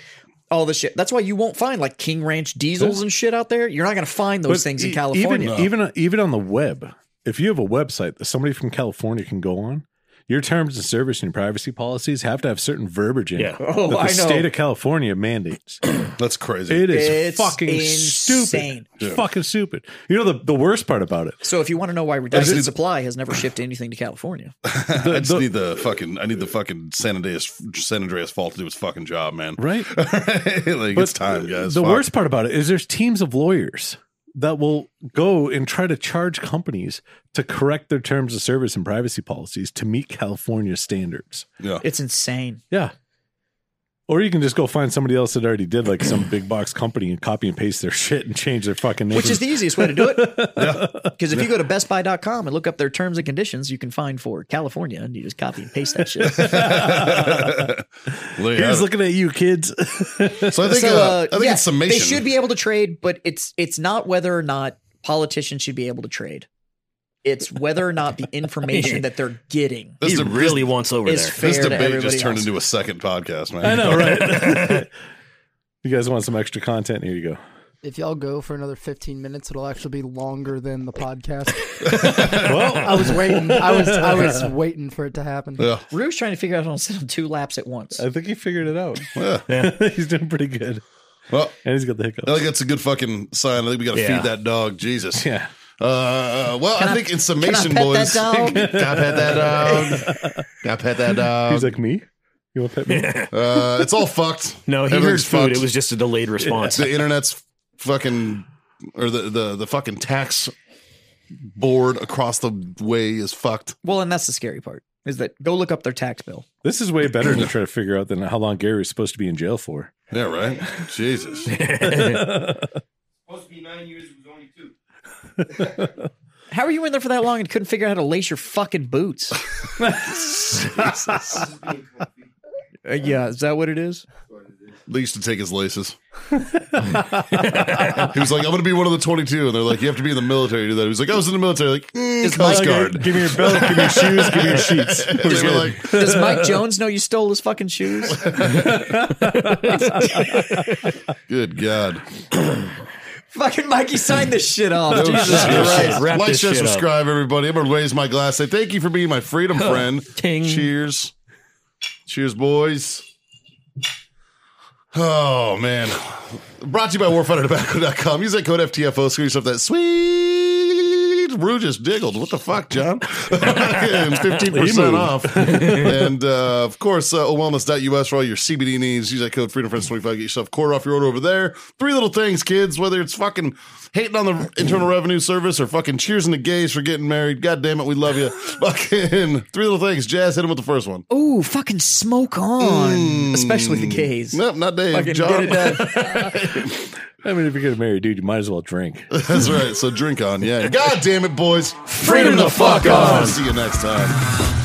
All this shit. That's why you won't find like King Ranch diesels and shit out there. You're not going to find those But things e- in California. Even even even on the web, if you have a website that somebody from California can go on, your terms of service and your privacy policies have to have certain verbiage in it Yeah. Oh, that the I know. state of California mandates. That's crazy. It is It's fucking insane. stupid. Fucking stupid. You know the, the worst part about it. So if you want to know why Is it- Redacted Supply has never shipped anything to California, I just the- need the fucking. I need the fucking San Andreas San Andreas Fault to do its fucking job, man. Right? like it's time, guys. The Fuck. worst part about it is there's teams of lawyers that will go and try to charge companies to correct their terms of service and privacy policies to meet California standards. Yeah. it's insane. Yeah. Or you can just go find somebody else that already did like some big box company and copy and paste their shit and change their fucking name. Which is the easiest way to do it. Because if you go to bestbuy.com and look up their terms and conditions, you can find for California and you just copy and paste that shit. Look at Here's it. looking at you kids. so I think, so, uh, uh, I think yeah, it's summation. They should be able to trade, but it's it's not whether or not politicians should be able to trade. It's whether or not the information that they're getting. This, he deb- really wants over It's there. this fair to debate everybody just turned else. into a second podcast, man. I know, right? you guys want some extra content? Here you go. If y'all go for another 15 minutes, it'll actually be longer than the podcast. Well, I was waiting. I was I was waiting for it to happen. Yeah. Rue's trying to figure out how to send them two laps at once. I think he figured it out. Yeah. Oh, he's doing pretty good. Well, And he's got the I hiccups. think that's a good fucking sign. I think we got to Yeah. feed that dog. Jesus. Yeah. Uh, well, I, think in summation, Can I pet boys. that dog? Gotta pet that dog. Gotta pet that dog. He's like, me? You want to pet me? uh, it's all fucked. No, he heard Everything's food. fucked. It was just a delayed response. the internet's fucking or the, the the fucking tax board across the way is fucked. Well, and that's the scary part is that go look up their tax bill. This is way better to try to figure out than how long Gary was supposed to be in jail for. Yeah, right. Jesus. Supposed to be nine years, it was only two. How are you in there for that long and couldn't figure out how to lace your fucking boots? This is being comfy. Uh, yeah, is that what it is? They used to take his laces. he was like, "I'm going to be one of the 22," and they're like, "You have to be in the military to do that." He was like, "I was in the military." Like, mm, Coast Guard. Give me your belt, give me your shoes, give me your sheets. And they were like, Does Mike Jones know you stole his fucking shoes? "Good God!" fucking Mikey signed this shit off. Jesus shit. Christ. Christ. Wrap like, this share, shit up. subscribe, everybody. I'm going to raise my glass. Say thank you for being my freedom friend. Ting. Cheers. Cheers, boys. Oh, man. Brought to you by warfightertobacco.com. Use that code FTFO. Screw yourself that sweet. Rue just diggled. What the fuck, John? And 15% off. and uh, of course, uh, owellness.us for all your CBD needs. Use that code FreedomFriends25. Get yourself quarter off your order over there. Three little things, kids, whether it's fucking hating on the Internal Revenue Service or fucking cheers in the gays for getting married. God damn it, we love you. fucking three little things. Jazz, hit him with the first one. Ooh, fucking smoke on, especially the gays. Nope, not Dave. Fucking John. get it done. I mean, if you're going to marry a dude, you might as well drink. That's right. So drink on. Yeah. God damn it, boys. Freedom the fuck on. See you next time.